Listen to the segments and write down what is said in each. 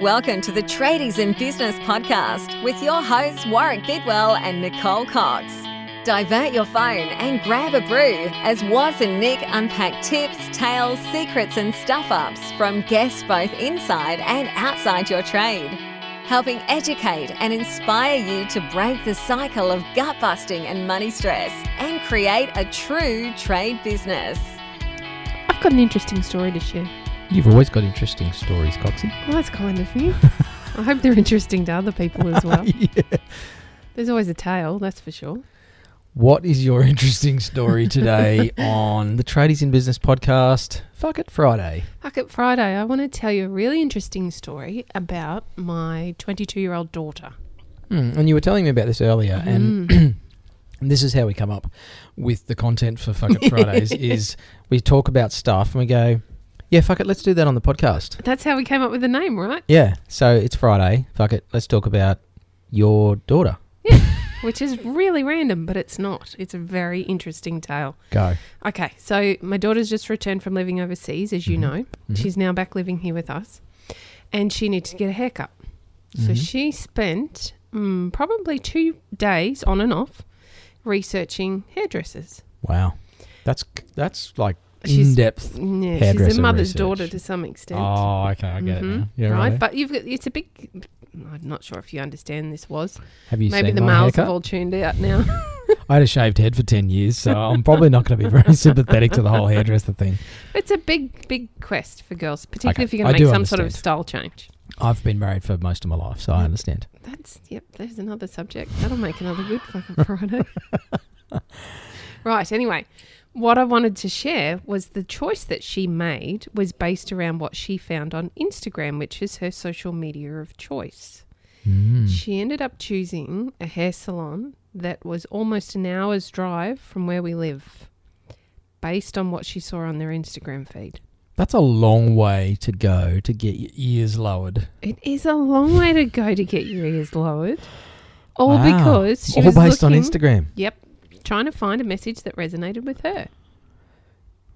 Welcome to the Tradies in Business podcast with your hosts Warwick Bidwell and Nicole Cox. Divert your phone and grab a brew as Waz and Nick unpack tips, tales, secrets, and stuff ups from guests both inside and outside your trade, helping educate and inspire you to break the cycle of gut busting and money stress and create a true trade business. I've got an interesting story to share. You've always got interesting stories, Coxie. Well, that's kind of you. I hope they're interesting to other people as well. yeah. There's always a tale, that's for sure. What is your interesting story today on the Tradies in Business podcast? Fuck it, Friday. Fuck it, Friday. I want to tell you a really interesting story about my 22 year old daughter. Mm, and you were telling me about this earlier, and, and this is how we come up with the content for Fuck It Fridays: is we talk about stuff and we go, "Yeah, fuck it, let's do that on the podcast." That's how we came up with the name, right? Yeah, so it's Friday. Fuck it, let's talk about your daughter. Which is really random, but it's not. It's a very interesting tale. Go. Okay, so my daughter's just returned from living overseas, as Mm-hmm. you know. She's now back living here with us, and she needs to get a haircut. Mm-hmm. So she spent mm, probably two days on and off researching hairdressers. Wow, that's that's like She's- in depth. Yeah, she's Hairdresser a mother's research. daughter to some extent. Oh, okay, I get it. Mhm. Now. Yeah, right, right. but you've got, it's a big. I'm not sure if you understand this was. Have you Maybe seen the my males haircut? have all tuned out now. I had a shaved head for 10 years, so I'm probably not going to be very sympathetic to the whole hairdresser thing. it's a big, big quest for girls, particularly Okay, if you're going I to do make some sort of understand. style change. I've been married for most of my life, so I understand. That's yep. There's another subject. That'll make another good fucking Friday. right. Anyway, what I wanted to share was the choice that she made was based around what she found on Instagram, which is her social media of choice. Hmm. She ended up choosing a hair salon that was almost an hour's drive from where we live, based on what she saw on their Instagram feed. That's a long way to go to get your ears lowered. It is a long way to go to get your ears lowered. All Wow. because she All was based looking, on Instagram. Yep. Trying to find a message that resonated with her.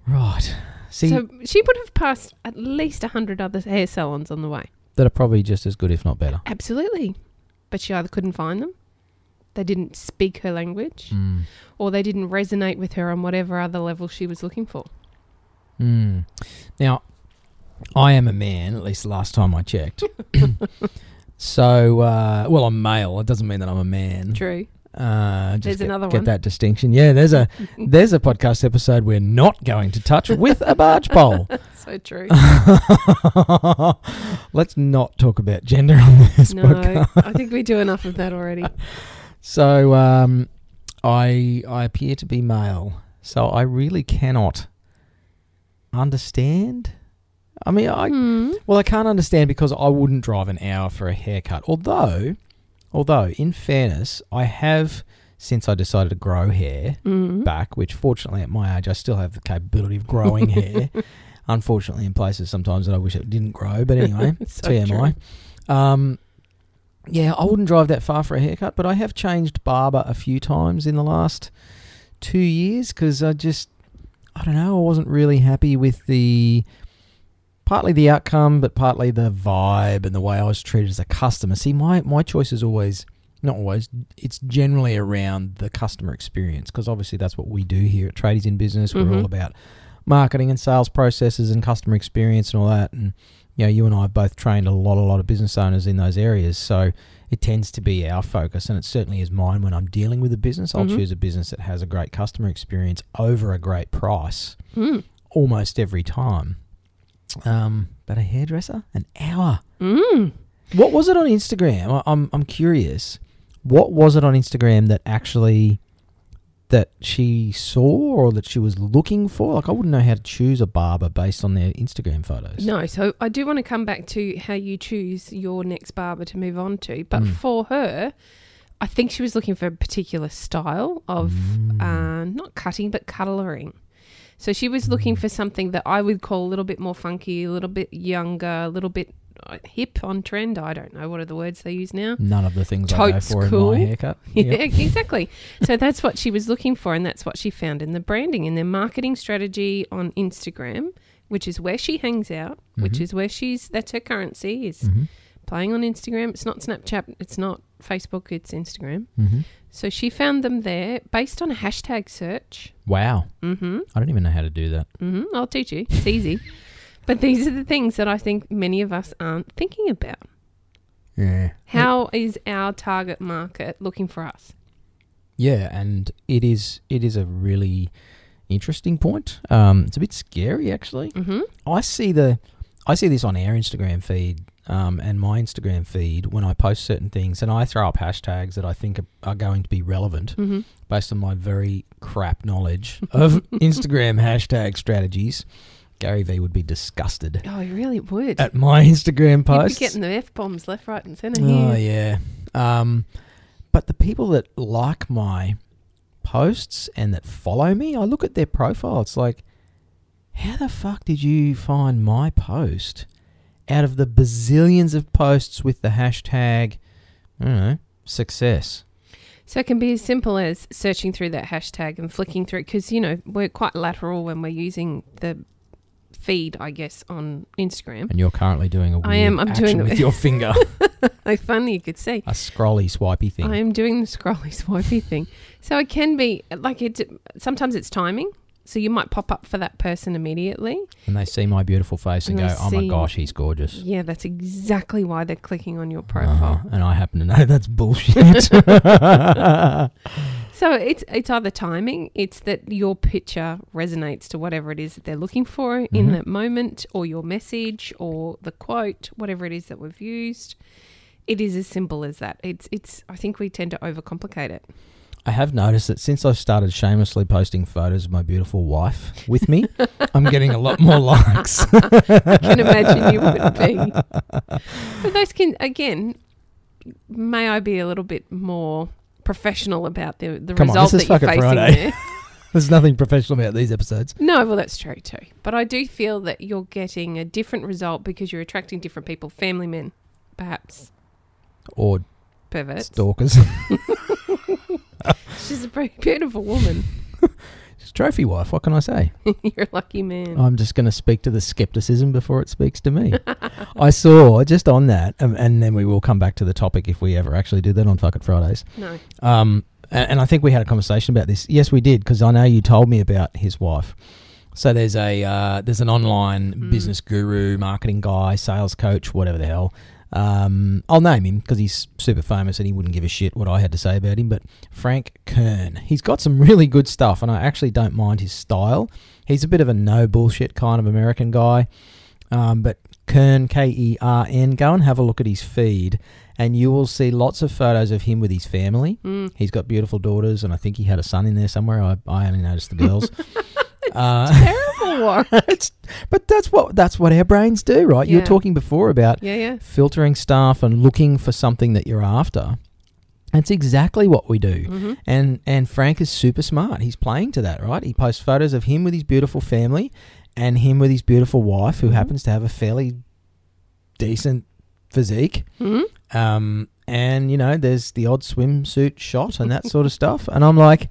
Right. See, so she would have passed at least 100 other hair salons on the way. that are probably just as good, if not better. Absolutely. But she either couldn't find them, they didn't speak her language, Mm. or they didn't resonate with her on whatever other level she was looking for. Mm. Now, I am a man, at least the last time I checked. so, uh, well, I'm male. It doesn't mean that I'm a man. True. Uh, just There's get, another get one. that distinction. Yeah, there's a there's a podcast episode we're not going to touch with a barge pole. So true. Let's not talk about gender on this no, podcast. I think we do enough of that already. So um, I I appear to be male, so I really cannot understand. I mean, I Hmm. well, I can't understand because I wouldn't drive an hour for a haircut. Although, although in fairness, I have since I decided to grow hair Mm. back, which fortunately at my age I still have the capability of growing hair. Unfortunately, in places sometimes that I wish it didn't grow. But anyway, So TMI. Um, yeah, I wouldn't drive that far for a haircut, but I have changed barber a few times in the last two years because I just, I don't know, I wasn't really happy with the partly the outcome, but partly the vibe and the way I was treated as a customer. See, my my choice is always not always. It's generally around the customer experience because obviously that's what we do here at Tradies in Business. We're Mhm. all about marketing and sales processes and customer experience and all that. And you know, you and I have both trained a lot, a lot of business owners in those areas. So it tends to be our focus, and it certainly is mine when I'm dealing with a business. I'll Mhm. choose a business that has a great customer experience over a great price Mm. almost every time. Um, but a hairdresser, an hour. Mm. What was it on Instagram? I, I'm I'm curious. What was it on Instagram that actually that she saw or that she was looking for? Like I wouldn't know how to choose a barber based on their Instagram photos. No, so I do want to come back to how you choose your next barber to move on to. But Mm. for her, I think she was looking for a particular style of uh, not cutting, but colouring. So she was looking for something that I would call a little bit more funky, a little bit younger, a little bit uh, hip on trend. I don't know what are the words they use now. None of the things I go Totes for cool. in my haircut. Yeah, Yep. exactly. So that's what she was looking for, and that's what she found in the branding in their marketing strategy on Mm-hmm. Instagram, which is where she hangs out, which is where she's that's her currency is playing on Instagram. It's not Snapchat, it's not Facebook, it's Instagram. hmm So she found them there based on a hashtag search. Wow. Mm-hmm. I don't even know how to do that. Mm-hmm. I'll teach you. It's easy. but these are the things that I think many of us aren't thinking about. Yeah. How is our target market looking for us? Yeah, and it is it is a really interesting point. Um, it's a bit scary actually. Mm-hmm. I see the I see this on our Instagram feed um, and my Instagram feed when I post certain things, and I throw up hashtags that I think are, are going to be relevant Mm-hmm. based on my very crap knowledge of Instagram hashtag strategies. Gary V would be disgusted Oh, you really would. at my Instagram You'd posts. be getting the f bombs left, right, and centre Oh here. yeah. Um, but the people that like my posts and that follow me, I look at their profile. It's like, how the fuck did you find my post out of the bazillions of posts with the hashtag, I don't know, success? So it can be as simple as searching through that hashtag and flicking through because you know we're quite lateral when we're using the feed, I guess, on Instagram. And you're currently doing a weird I am, I'm action doing the- with your finger, If only you could see. a scrolly swipey thing. I am doing the scrolly swipey thing. So it can be like it. Sometimes it's timing. So you might pop up for that person immediately. and they see my beautiful face and, And go, they "Oh my see- gosh, he's gorgeous." Yeah, that's exactly why they're clicking on your Uh-huh. profile. And I happen to know that's bullshit. So it's it's either timing, it's that your picture resonates to whatever it is that they're looking for in Mhm. that moment, or your message, or the quote, whatever it is that we've used. It is as simple as that. It's it's. I think we tend to overcomplicate it. I have noticed that since I've started shamelessly posting photos of my beautiful wife with me, I'm getting a lot more likes. I can imagine you would be. But those can again. May I be a little bit more professional about the the Come on, result this is that you're fucking facing Friday. there? There's nothing professional about these episodes. No, well, that's true too. But I do feel that you're getting a different result because you're attracting different people, family men, perhaps Or perverts. stalkers. She's a pretty beautiful woman. It's trophy wife, what can I say? you're a lucky man. I'm just going to speak to the skepticism before it speaks to me. I saw just on that, um, and then we will come back to the topic if we ever actually do that on Fuck It Fridays. no. Um, and, and I think we had a conversation about this. Yes, we did because I know you told me about his wife. So there's a uh, there's an online Mm. business guru, marketing guy, sales coach, whatever the hell. Um, I'll name him because he's super famous and he wouldn't give a shit what I had to say about him. But Frank Kern, he's got some really good stuff, and I actually don't mind his style. He's a bit of a no bullshit kind of American guy. Um, but Kern, K E R N, go and have a look at his feed, and you will see lots of photos of him with his family. Mm. He's got beautiful daughters, and I think he had a son in there somewhere. I, I only noticed the girls. uh, Terrible war. it's- but that's what that's what our brains do, right? You were Yeah. talking before about Yeah, yeah. filtering stuff and looking for something that you're after. That's exactly what we do. Mm-hmm. And and Frank is super smart. He's playing to that, right? He posts photos of him with his beautiful family and him with his beautiful wife, who Mhm. happens to have a fairly decent physique. hmm Um, and you know, there's the odd swimsuit shot and that sort of stuff. And I'm like,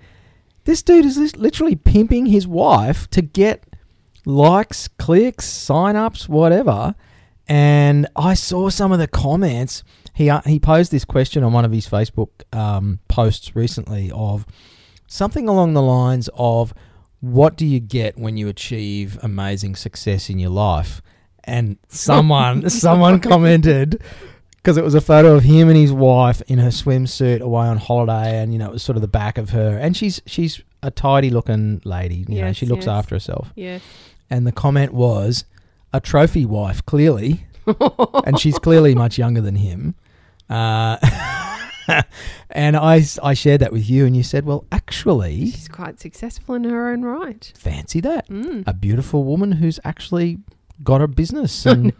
this dude is lis- literally pimping his wife to get likes, clicks, sign-ups, whatever. And I saw some of the comments. He uh, he posed this question on one of his Facebook um, posts recently of something along the lines of, "What do you get when you achieve amazing success in your life?" And someone someone commented, because it was a photo of him and his wife in her swimsuit away on holiday, and you know it was sort of the back of her, and she's she's a tidy looking lady, you know Yes, she looks yes. after herself, Yeah. and the comment was a trophy wife clearly, and she's clearly much younger than him, uh, and I s- I shared that with you, and you said, well actually, She's quite successful in her own right. fancy that Mm. a beautiful woman who's actually got a business, and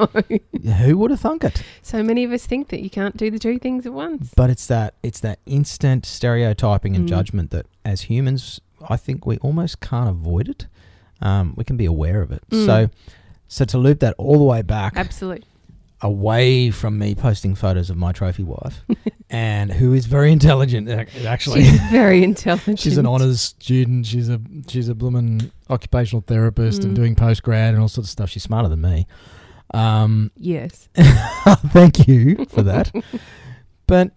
who would have thunk it? So many of us think that you can't do the two things at once. But it's that it's that instant stereotyping and Mm. judgment that as humans, I think we almost can't avoid it. Um, we can be aware of it. Mm. So, so to loop that all the way back Absolutely. away from me posting photos of my trophy wife, and who is very intelligent ac- actually. She's very intelligent. She's an honours student. She's a she's a bloomin' occupational therapist and Mm. doing postgrad and all sorts of stuff. She's smarter than me. Um, Yes. thank you for that. but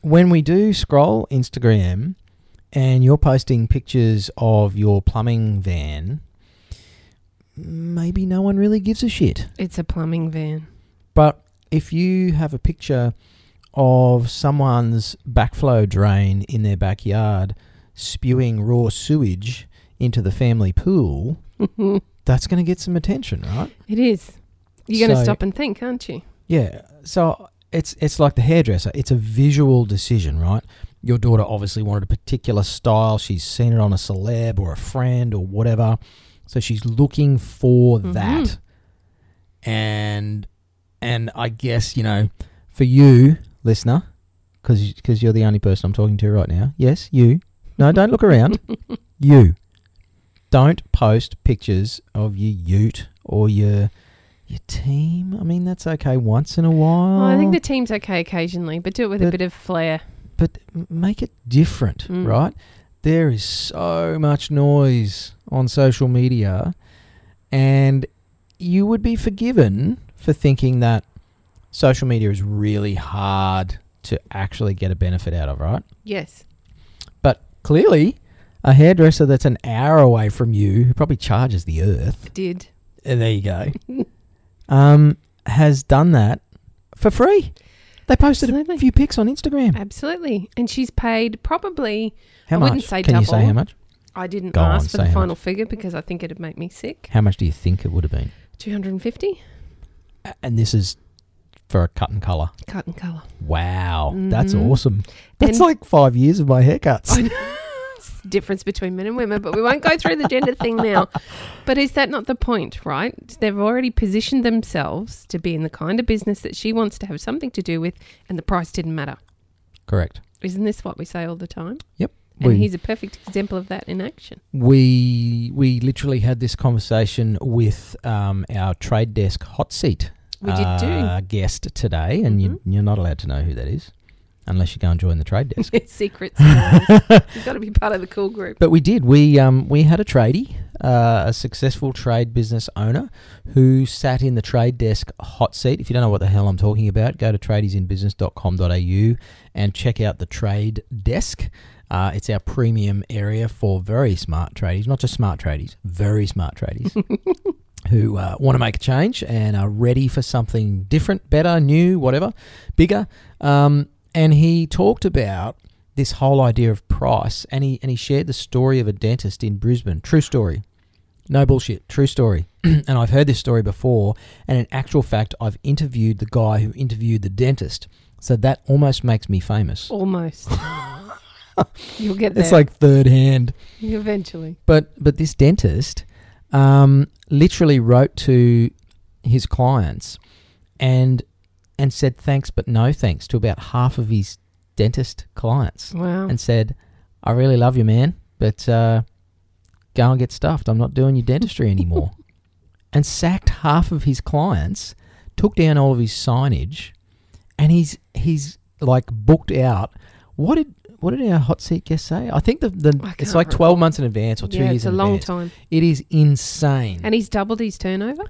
when we do scroll Instagram and you're posting pictures of your plumbing van, maybe no one really gives a shit. It's a plumbing van. But if you have a picture of someone's backflow drain in their backyard spewing raw sewage into the family pool, that's going to get some attention, right? it is. You're going to So- stop and think, aren't you? Yeah. So it's it's like the hairdresser. It's a visual decision, right? Your daughter obviously wanted a particular style. She's seen it on a celeb or a friend or whatever. So she's looking for that. And and I guess, you know, for you, listener, because you're the only person I'm talking to right now. Yes, you. No, don't look around. you. Don't post pictures of your ute or your your team. I mean, that's okay once in a while. Well, Oh, I think the team's okay occasionally, but do it with a Oh. But- bit of flair. but m- make it different, Mm. right? There is so much noise on social media, and you would be forgiven for thinking that social media is really hard to actually get a benefit out of, right? Yes. But clearly, a hairdresser that's an hour away from you, who probably charges the earth, It did. and there you go, um, has done that for free. They posted a Absolutely. few pics on Instagram. Absolutely. And she's paid probably, How I much? wouldn't say Can you say double. how much? I didn't Go on, ask for say the how final figure because I think it'd make me sick. How much do you think it would have been? 250? Uh, And this is for a cut and color. Cut and colour. Wow, that's Mhm. awesome. That's And- like five years of my haircuts. I know. It's the difference between men and women, but we won't go through the gender thing now. But is that not the point, right? They've already positioned themselves to be in the kind of business that she wants to have something to do with, and the price didn't matter. Correct. Isn't this what we say all the time? Yep. And We, he's a perfect example of that in action. we we literally had this conversation with um, our trade desk hot seat We did Mm-hmm. uh, guest today, and you, you're not allowed to know who that is unless you go and join the trade desk. do. Secrets. You've got to be part of the cool group. But we did. We um, we had a tradie, uh, a successful trade business owner, who sat in the trade desk hot seat. If you don't know what the hell I'm talking about, go to tradiesinbusiness.com.au and check out the trade desk. Uh, it's our premium area for very smart tradies, not just smart tradies, very smart tradies. Who uh, want to make a change and are ready for something different, better, new, whatever, bigger. Um, and he talked about this whole idea of price and he and he shared the story of a dentist in Brisbane. True story. No bullshit, true story. and I've heard this story before and in actual fact I've interviewed the guy who interviewed the dentist. So that almost makes me famous. Almost. You'll get there It's like third hand. eventually. But but this dentist um, literally wrote to his clients and and said thanks but no thanks to about half of his dentist clients Wow. and said, "I really love you, man, but uh, go and get stuffed. I'm not doing your dentistry anymore." and sacked half of his clients, took down all of his signage, and he's he's like booked out. What did what did our hot seat guest say? I think the, the I it's can't like twelve months in advance or two yeah, years. it's a in long advance. time. It is insane. And he's doubled his turnover?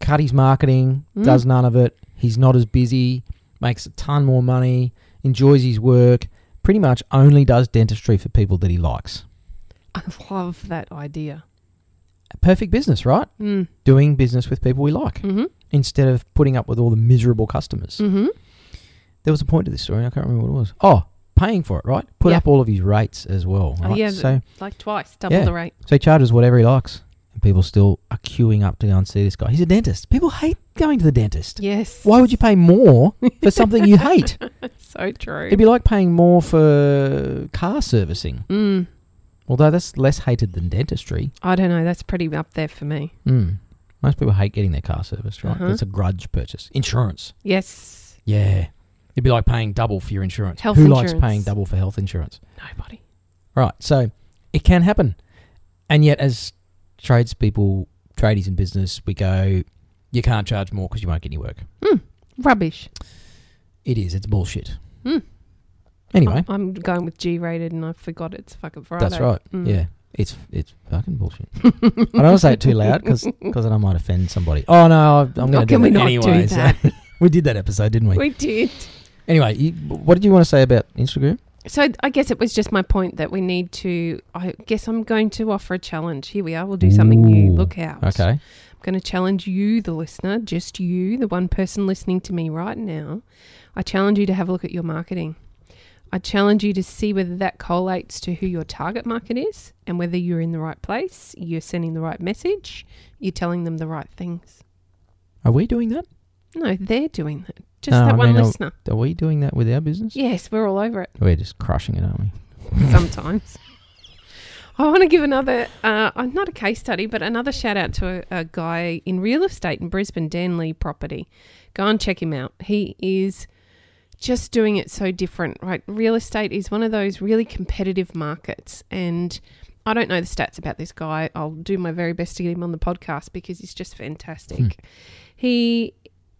cut his marketing, Mm. does none of it. He's not as busy, makes a ton more money, enjoys his work. Pretty much only does dentistry for people that he likes. I love that idea. A perfect business, right? Mm. Doing business with people we like Mm-hmm. instead of putting up with all the miserable customers. Mm-hmm. There was a point to this story. I can't remember what it was. Oh, paying for it, right? Put Yeah. up all of his rates as well. Oh, right? yeah, So Like twice, double Yeah. the rate. so he charges whatever he likes, and people still are queuing up to go and see this guy. He's a dentist. People hate going to the dentist. Yes. Why would you pay more for something you hate? So true. It'd be like paying more for car servicing, mm, although that's less hated than dentistry. I don't know. That's pretty up there for me. Mm. Most people hate getting their car serviced, right? Hmm. Uh-huh. It's a grudge purchase. Insurance. Yes. Yeah. It'd be like paying double for your insurance. Health Who likes insurance. paying double for health insurance? Nobody. Right. So it can happen. And yet, as tradespeople, tradies in business, we go, you can't charge more because you won't get any work. Rubbish. It is. It's bullshit. Mm. Anyway, I'm going with G rated and I forgot it's fucking Friday. that's right. Mm. Yeah. It's it's fucking bullshit. I don't want to say it too loud because then I might offend somebody. Oh no, I'm going to Oh, do can we that not anyway. do so- that? we did that episode, didn't we? we did. Anyway, you, what did you want to say about Instagram? So I guess it was just my point that we need to. I guess I'm going to offer a challenge. Here we are. We'll do something new. Ooh, Look out. Okay. I'm going to challenge you, the listener, just you, the one person listening to me right now. I challenge you to have a look at your marketing. I challenge you to see whether that collates to who your target market is and whether you're in the right place, you're sending the right message, you're telling them the right things. Are we doing that? No, they're doing that. Just No, that I one mean, I'll- listener. Are we doing that with our business? Yes, we're all over it. We're just crushing it, aren't we? sometimes. I want to give another, uh, uh, not a case study, but another shout out to a, a guy in real estate in Brisbane, Dan Lee Property. Go and check him out. He is just doing it so different, right? Real estate is one of those really competitive markets. And I don't know the stats about this guy. I'll do my very best to get him on the podcast because he's just fantastic. He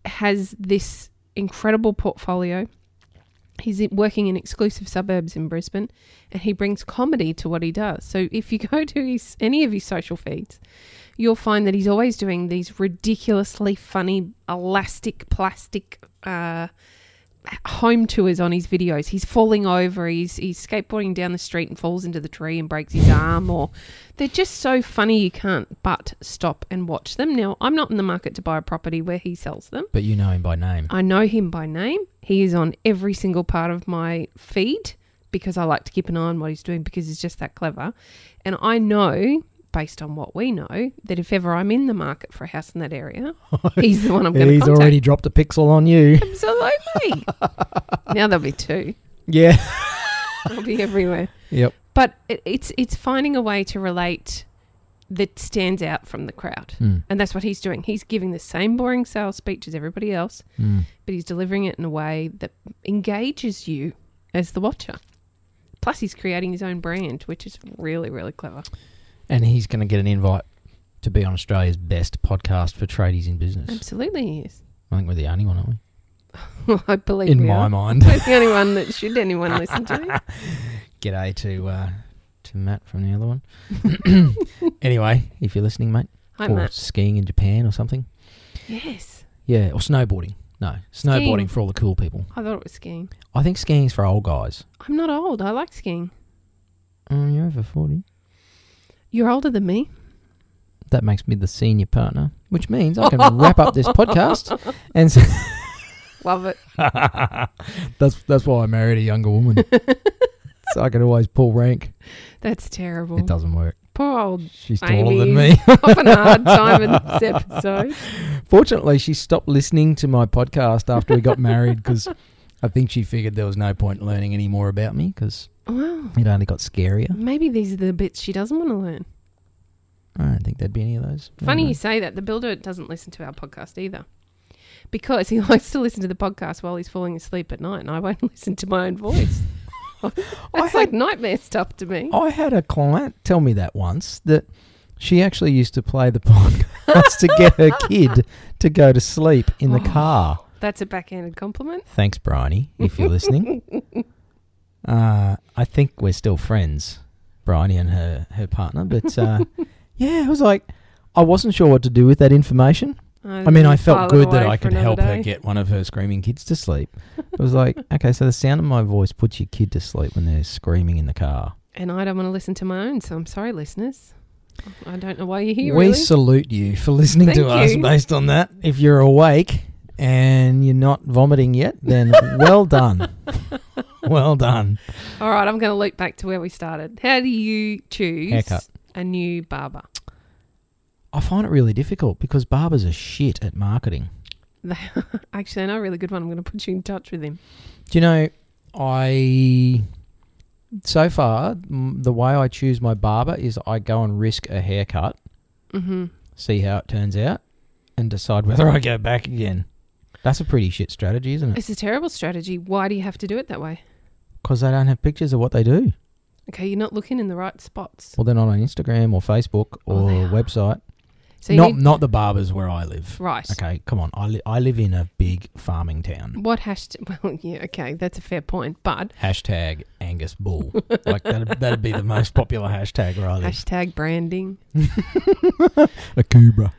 has this incredible portfolio. He's i- working in exclusive suburbs in Brisbane and he brings comedy to what he does. So if you go to his, any of his social feeds, you'll find that he's always doing these ridiculously funny, elastic, plastic uh, home tours on his videos. He's falling over, he's, he's skateboarding down the street and falls into the tree and breaks his arm, or they're just so funny you can't but stop and watch them. Now, I'm not in the market to buy a property where he sells them. But you know him by name. I know him by name. He is on every single part of my feed because I like to keep an eye on what he's doing because he's just that clever. And I know, based on what we know, that if ever I'm in the market for a house in that area, he's the one I'm going to He's contact. already dropped a pixel on you. Absolutely. now there'll be two. yeah. I'll be everywhere. Yep. But it, it's it's finding a way to relate that stands out from the crowd. Mm. And that's what he's doing. He's giving the same boring sales speech as everybody else, Mm. but he's delivering it in a way that engages you as the watcher. Plus, he's creating his own brand, which is really, really clever. And he's going to get an invite to be on Australia's best podcast for tradies in business. Absolutely, he is. I think we're the only one, aren't we? I believe In we my are. mind. We're the only one that should anyone listen to. G'day to uh, to Matt from the other one. anyway, if you're listening, mate, Hi, or Matt. skiing in Japan or something. Yes. Yeah, or snowboarding. No, snowboarding Skiing. for all the cool people. I thought it was skiing. I think skiing's for old guys. I'm not old. I like skiing. Mm, you're over 40. You're older than me. That makes me the senior partner, which means I can wrap up this podcast. And s Love it. that's that's why I married a younger woman. so I can always pull rank. That's terrible. It doesn't work. Poor old She's taller Amy than me. is having a hard time in this episode. Fortunately, she stopped listening to my podcast after we got married because I think she figured there was no point learning any more about me because Wow. it only got scarier. Maybe these are the bits she doesn't want to learn. I don't think there'd be any of those. I Funny don't you know. say that. The builder doesn't listen to our podcast either because he likes to listen to the podcast while he's falling asleep at night, and I won't listen to my own voice. That's like nightmare stuff to me. I had a client tell me that once that she actually used to play the podcast to get her kid to go to sleep in Oh. the car. That's a backhanded compliment. Thanks, Bryony, if you're listening. uh, I think we're still friends, Bryony and her, her partner. But uh, yeah, it was like, I wasn't sure what to do with that information. I mean, Mm, I felt good that I could help her get one of her screaming kids to sleep. It was like, okay, so the sound of my voice puts your kid to sleep when they're screaming in the car. And I don't want to listen to my own, so I'm sorry, listeners. I don't know why you're here. we really. salute you for listening to Thank us you. based on that. If you're awake and you're not vomiting yet, then well done. well done. All right, I'm going to loop back to where we started. How do you choose Haircut. a new barber? I find it really difficult because barbers are shit at marketing. Actually, I know a really good one. I'm going to put you in touch with him. Do you know, I. So far, m- the way I choose my barber is I go and risk a haircut. Mm-hmm. see how it turns out, and decide whether I go back again. That's a pretty shit strategy, isn't it? It's a terrible strategy. Why do you have to do it that way? Because they don't have pictures of what they do. Okay, you're not looking in the right spots. Well, they're not on Instagram or Facebook Oh, or they are. website. So you not need not the barbers where I live. right. Okay, come on. I, li- I live in a big farming town. What hashtag? Well, yeah, okay, that's a fair point. But Hashtag Angus Bull. like that'd, that'd be the most popular hashtag where I live. hashtag branding. a Cobra.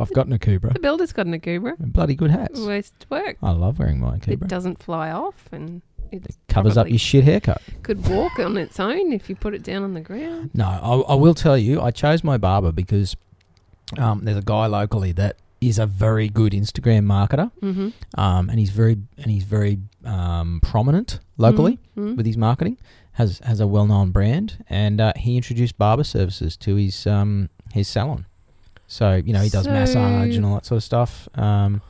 I've gotten a Cobra. The builder's got an Akubra. Bloody good hats. Always works. I love wearing my It Cobra. doesn't fly off and it Covers up probably your shit haircut. could walk on its own if you put it down on the ground. No, I, I will tell you, I chose my barber because um, there's a guy locally that is a very good Instagram marketer, Mm-hmm. um, and he's very and he's very um, prominent locally Mhm. with his marketing. has has a well known brand, and uh, he introduced barber services to his um, his salon. So you know he does So- massage and all that sort of stuff. Um,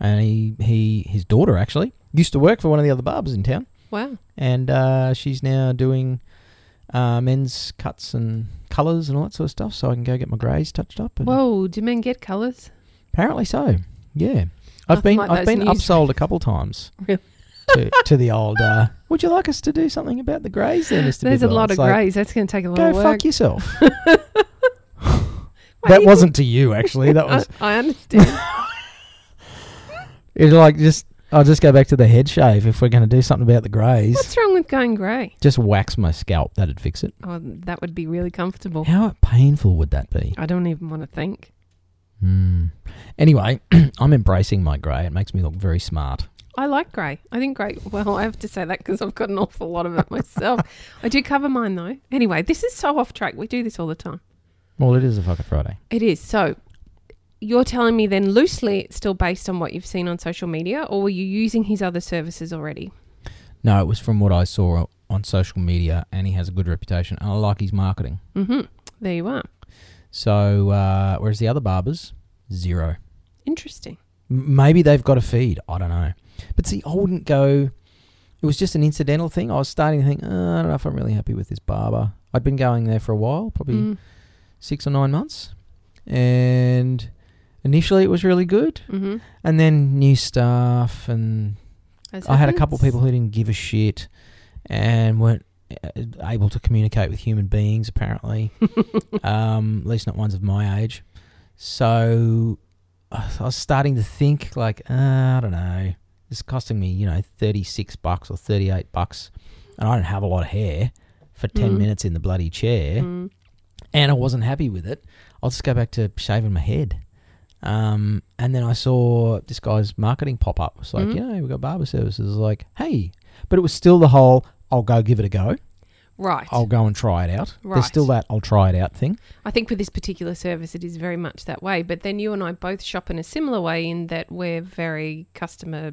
And he, he his daughter actually used to work for one of the other barbers in town Wow. and uh, she's now doing uh, men's cuts and colours and all that sort of stuff. So I can go get my greys touched up. And Whoa, do men get colours? apparently so. Yeah, I've been like those I've been news- upsold a couple times. Really? To, to the old. Uh, Would you like us to do something about the greys there, Mister? There's a lot of greys. That's going to take a lot Go of work. fuck yourself. Why that you- wasn't to you actually. That was I, I understand. it's like just. I'll just go back to the head shave if we're going to do something about the greys. What's wrong with going grey? Just wax my scalp. That'd fix it. Oh, that would be really comfortable. How painful would that be? I don't even want to think. Hmm. Anyway, I'm embracing my grey. It makes me look very smart. I like grey. I think grey. Well, I have to say that because I've got an awful lot of it myself. I do cover mine though. Anyway, this is so off track. We do this all the time. Well, it is a fucking Friday. It is. So you're telling me then loosely it's still based on what you've seen on social media, or were you using his other services already? No, it was from what I saw on social media, and he has a good reputation. And I like his marketing. hmm There you are. So, uh, whereas the other barbers, zero. Interesting. M- Maybe they've got a feed. I don't know. But see, I wouldn't go. It was just an incidental thing. I was starting to think, "Uh, I don't know if I'm really happy with this barber. I'd been going there for a while, probably Mm. six or nine months. And initially it was really good. Mm-hmm. And then new staff and I had a couple people who didn't give a shit and weren't uh, able to communicate with human beings, apparently. um, at least not ones of my age. So I I was starting to think, like, uh, I don't know. It's costing me, you know, 36 bucks or 38 bucks. And I don't have a lot of hair for 10 Mm. minutes in the bloody chair. Mm. And I wasn't happy with it. I'll just go back to shaving my head. Um, and then I saw this guy's marketing pop up. It's like, Mhm. you know, we've got barber services. Like, hey. But it was still the whole, I'll go give it a go. Right. I'll go and try it out. Right. There's still that I'll try it out thing. I think with this particular service, it is very much that way. But then you and I both shop in a similar way in that we're very customer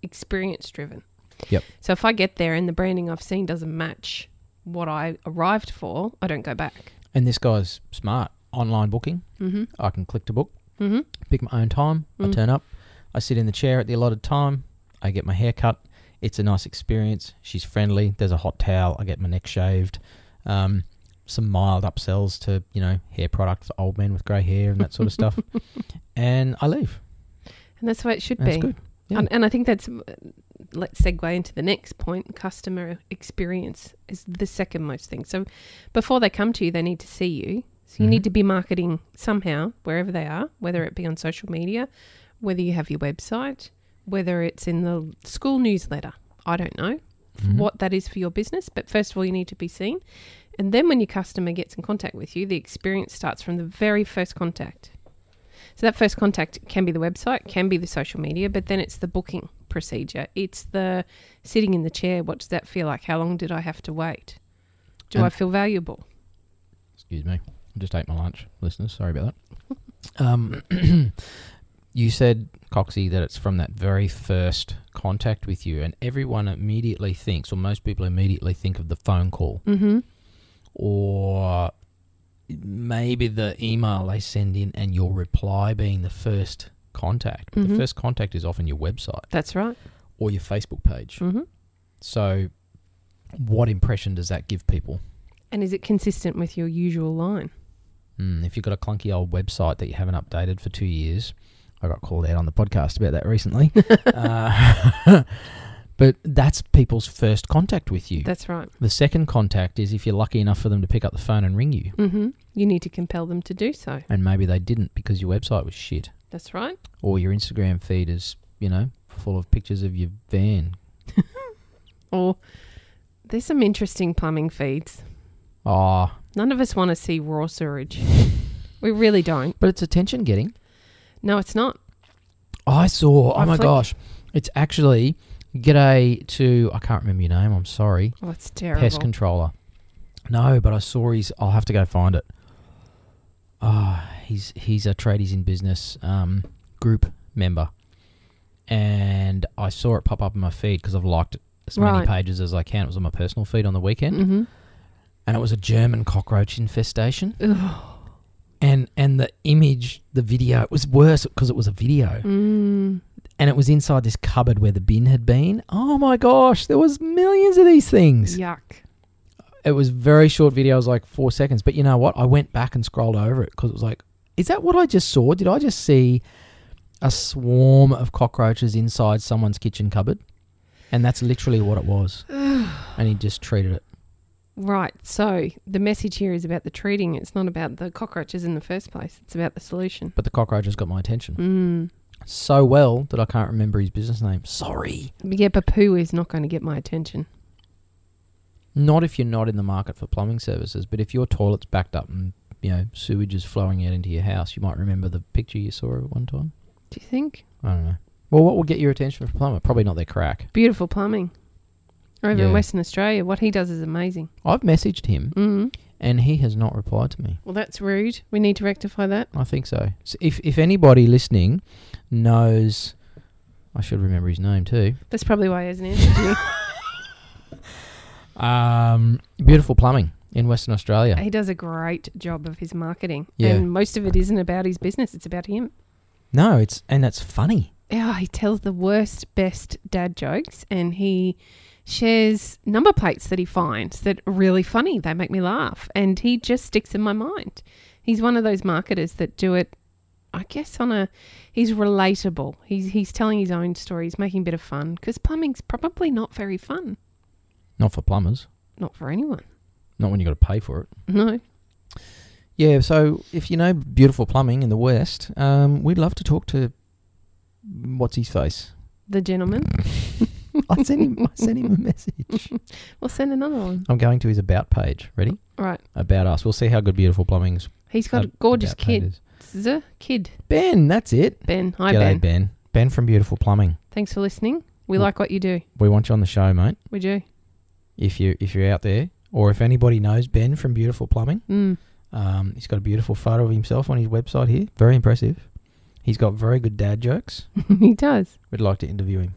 experience driven. Yep. So if I get there and the branding I've seen doesn't match what I arrived for, I don't go back. And this guy's smart. Online booking. Mm-hmm. I can click to book, Mm-hmm. pick my own time. I Mm. turn up. I sit in the chair at the allotted time. I get my hair cut. It's a nice experience. She's friendly. There's a hot towel. I get my neck shaved. Um, some mild upsells to, you know, hair product for old men with grey hair and that sort of stuff. And I leave. And that's the way it should And it's be. good. Yeah. And, and I think that's, uh, let's segue into the next point customer experience is the second most thing. So before they come to you, they need to see you. So you Mhm. need to be marketing somehow, wherever they are, whether it be on social media, whether you have your website, whether it's in the school newsletter. I don't know Mhm. what that is for your business, but first of all, you need to be seen. And then when your customer gets in contact with you, the experience starts from the very first contact. So that first contact can be the website, can be the social media, but then it's the booking procedure. It's the sitting in the chair. What does that feel like? How long did I have to wait? Do I And- feel valuable? Excuse me. I just ate my lunch, listeners. Sorry about that. Um, you said, Coxie, that it's from that very first contact with you, and everyone immediately thinks, or most people immediately think of the phone call Mm-hmm. or maybe the email they send in and your reply being the first contact. But Mhm. the first contact is often your website That's right. or your Facebook page. Mm-hmm. So, what impression does that give people? And is it consistent with your usual line? Mm, if you've got a clunky old website that you haven't updated for two years, I got called out on the podcast about that recently. uh, But that's people's first contact with you. That's right. the second contact is if you're lucky enough for them to pick up the phone and ring you. Mm-hmm. You need to compel them to do so. And maybe they didn't because your website was shit. That's right. Or your Instagram feed is, you know, full of pictures of your van. Or there's some interesting plumbing feeds. Ah, None of us want to see raw sewage. We really don't. But it's attention getting. No, it's not. I saw. Oh I my flick- gosh, it's actually g'day to I can't remember your name. I'm sorry, Oh, it's terrible. pest controller. No, but I saw his. I'll have to go find it. Ah, he's he's a tradies in business um, group member, and I saw it pop up in my feed because I've liked it as many Right. pages as I can. It was on my personal feed on the weekend, mm-hmm. and it was a German cockroach infestation. Ugh. And and the image, the video, it was worse because it was a video. Mm. and it was inside this cupboard where the bin had been. Oh my gosh, there was millions of these things. Yuck. It was very short videos, like four seconds. But you know what? I went back and scrolled over it because it was like, is that what I just saw? Did I just see a swarm of cockroaches inside someone's kitchen cupboard? And that's literally what it was. and he just treated it. Right. So the message here is about the treating. It's not about the cockroaches in the first place. It's about the solution. But the cockroaches got my attention Mm. so well that I can't remember his business name. Sorry. Yeah, but poo is not going to get my attention. Not if you're not in the market for plumbing services, but if your toilet's backed up and you know sewage is flowing out into your house, you might remember the picture you saw at one time. Do you think? I don't know. Well, what will get your attention for a plumber? Probably not their crack. Beautiful plumbing. Over Yeah. in Western Australia, what he does is amazing. I've messaged him Mm. and he has not replied to me. Well, that's rude. We need to rectify that. I think so. so if if anybody listening knows, I should remember his name too. That's probably why he hasn't answered you. Um, beautiful plumbing in Western Australia. He does a great job of his marketing. Yeah. And most of it isn't about his business, it's about him. No, it's and it's funny. Oh, he tells the worst, best dad jokes and he shares number plates that he finds that are really funny. They make me laugh. And he just sticks in my mind. He's one of those marketers that do it, I guess, on a. He's relatable. He's, he's telling his own story. He's making a bit of fun because plumbing's probably not very fun. Not for plumbers. Not for anyone. Not when you got to pay for it. No. Yeah, so if you know beautiful plumbing in the West, um, we'd love to talk to what's his face. The gentleman. I sent him. I sent him a message. We'll send another one. I'm going to his about page. Ready? Right. About us. We'll see how good beautiful plumbing's. He's got a ab- gorgeous Uh, about page kid. is. Z kid. Ben, that's it. Ben. Hi, G'day, Ben. Ben. Ben from Beautiful Plumbing. Thanks for listening. We Mm. like what you do. We want you on the show, mate. We do. If you if you're out there, or if anybody knows Ben from Beautiful Plumbing, Mm. um, he's got a beautiful photo of himself on his website here. Very impressive. He's got very good dad jokes. he does. We'd like to interview him.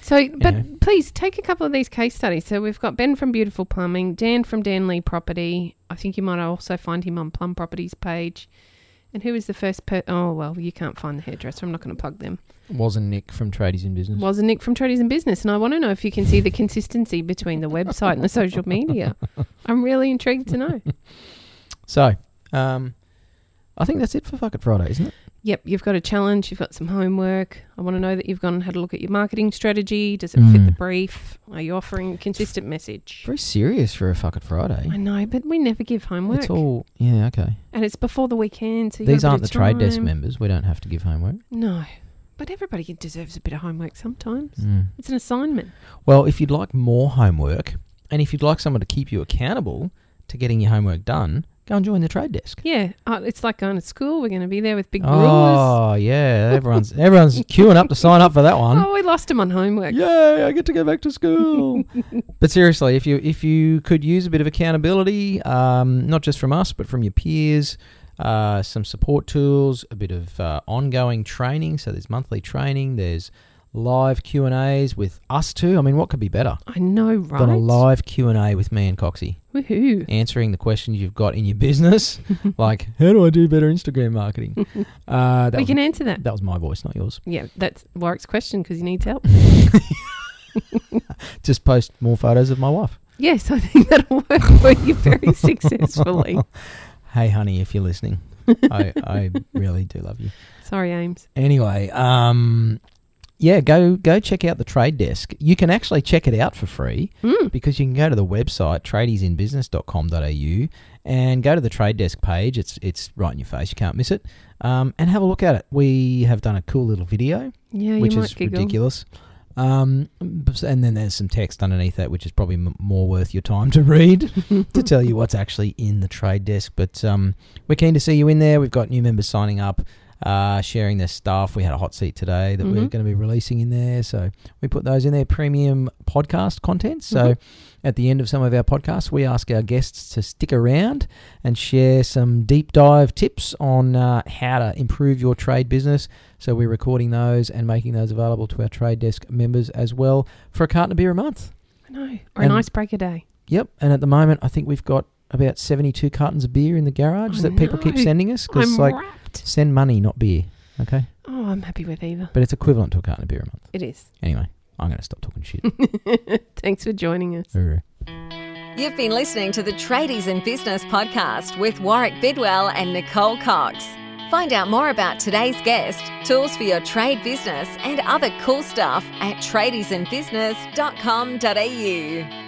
So, but Anyway. please take a couple of these case studies. So we've got Ben from Beautiful Plumbing, Dan from Dan Lee Property. I think you might also find him on Plum Properties page. And who is the first per? Oh well, you can't find the hairdresser. I'm not going to plug them. Wasn't Nick from Tradies in Business? Was a Nick from Tradies and Business, and I want to know if you can see the consistency between the website and the social media. I'm really intrigued to know. So, um, I think that's it for Fuck It Friday, isn't it? Yep, you've got a challenge, you've got some homework. I want to know that you've gone and had a look at your marketing strategy. Does it fit the Mm. brief? Are you offering a consistent message? Very serious for a Fuck It Friday. I know, but we never give homework. It's all yeah okay. And it's before the weekend, so you These got a aren't bit the of trade desk time. members. We don't have to give homework. No. But everybody deserves a bit of homework sometimes. Mm. It's an assignment. Well, if you'd like more homework, and if you'd like someone to keep you accountable to getting your homework done, go and join the trade desk. Yeah, uh, it's like going to school. We're going to be there with big rulers. Oh yeah, everyone's everyone's queuing up to sign up for that one. Oh, we lost him on homework. Yay, I get to go back to school. but seriously, if you if you could use a bit of accountability, um, not just from us, but from your peers, uh, some support tools, a bit of uh, ongoing training. So there's monthly training. There's live Q and A's with us too. I mean, what could be better I know, right? than a live Q and A with me and Coxie? Woohoo. answering the questions you've got in your business, like how do I do better Instagram marketing? Uh, that, we was, can answer that. that was my voice, not yours. Yeah, that's Warwick's question because he needs help. Just post more photos of my wife. yes, I think that'll work for you very successfully. Hey, honey, if you're listening, I, I really do love you. Sorry, Ames. Anyway, um, yeah, go go check out the trade desk. You can actually check it out for free Mm. because you can go to the website tradiesinbusiness.com.au and go to the trade desk page. It's it's right in your face. You can't miss it. Um, and have a look at it. We have done a cool little video, Yeah, which you is might giggle. ridiculous. Um, and then there's some text underneath that, which is probably m- more worth your time to read to tell you what's actually in the trade desk. But um, we're keen to see you in there. We've got new members signing up, uh, sharing their stuff. We had a hot seat today that we're Mhm. going to be releasing in there. So we put those in there, premium podcast content. So at the end of some of our podcasts, we ask our guests to stick around and share some deep dive tips on uh, how to improve your trade business. So we're recording those and making those available to our trade desk members as well for a carton of beer a month. I know. Or an And- icebreaker day. Yep. And at the moment, I think we've got about 72 cartons of beer in the garage I that people keep know. sending us I'm because, like, wrapped. send money, not beer. Okay. Oh, I'm happy with either. But it's equivalent to a carton of beer a month. It is. Anyway, I'm going to stop talking shit. Thanks for joining us. Uru. You've been listening to the Tradies in Business podcast with Warwick Bidwell and Nicole Cox. Find out more about today's guest, tools for your trade business, and other cool stuff at tradiesinbusiness.com.au.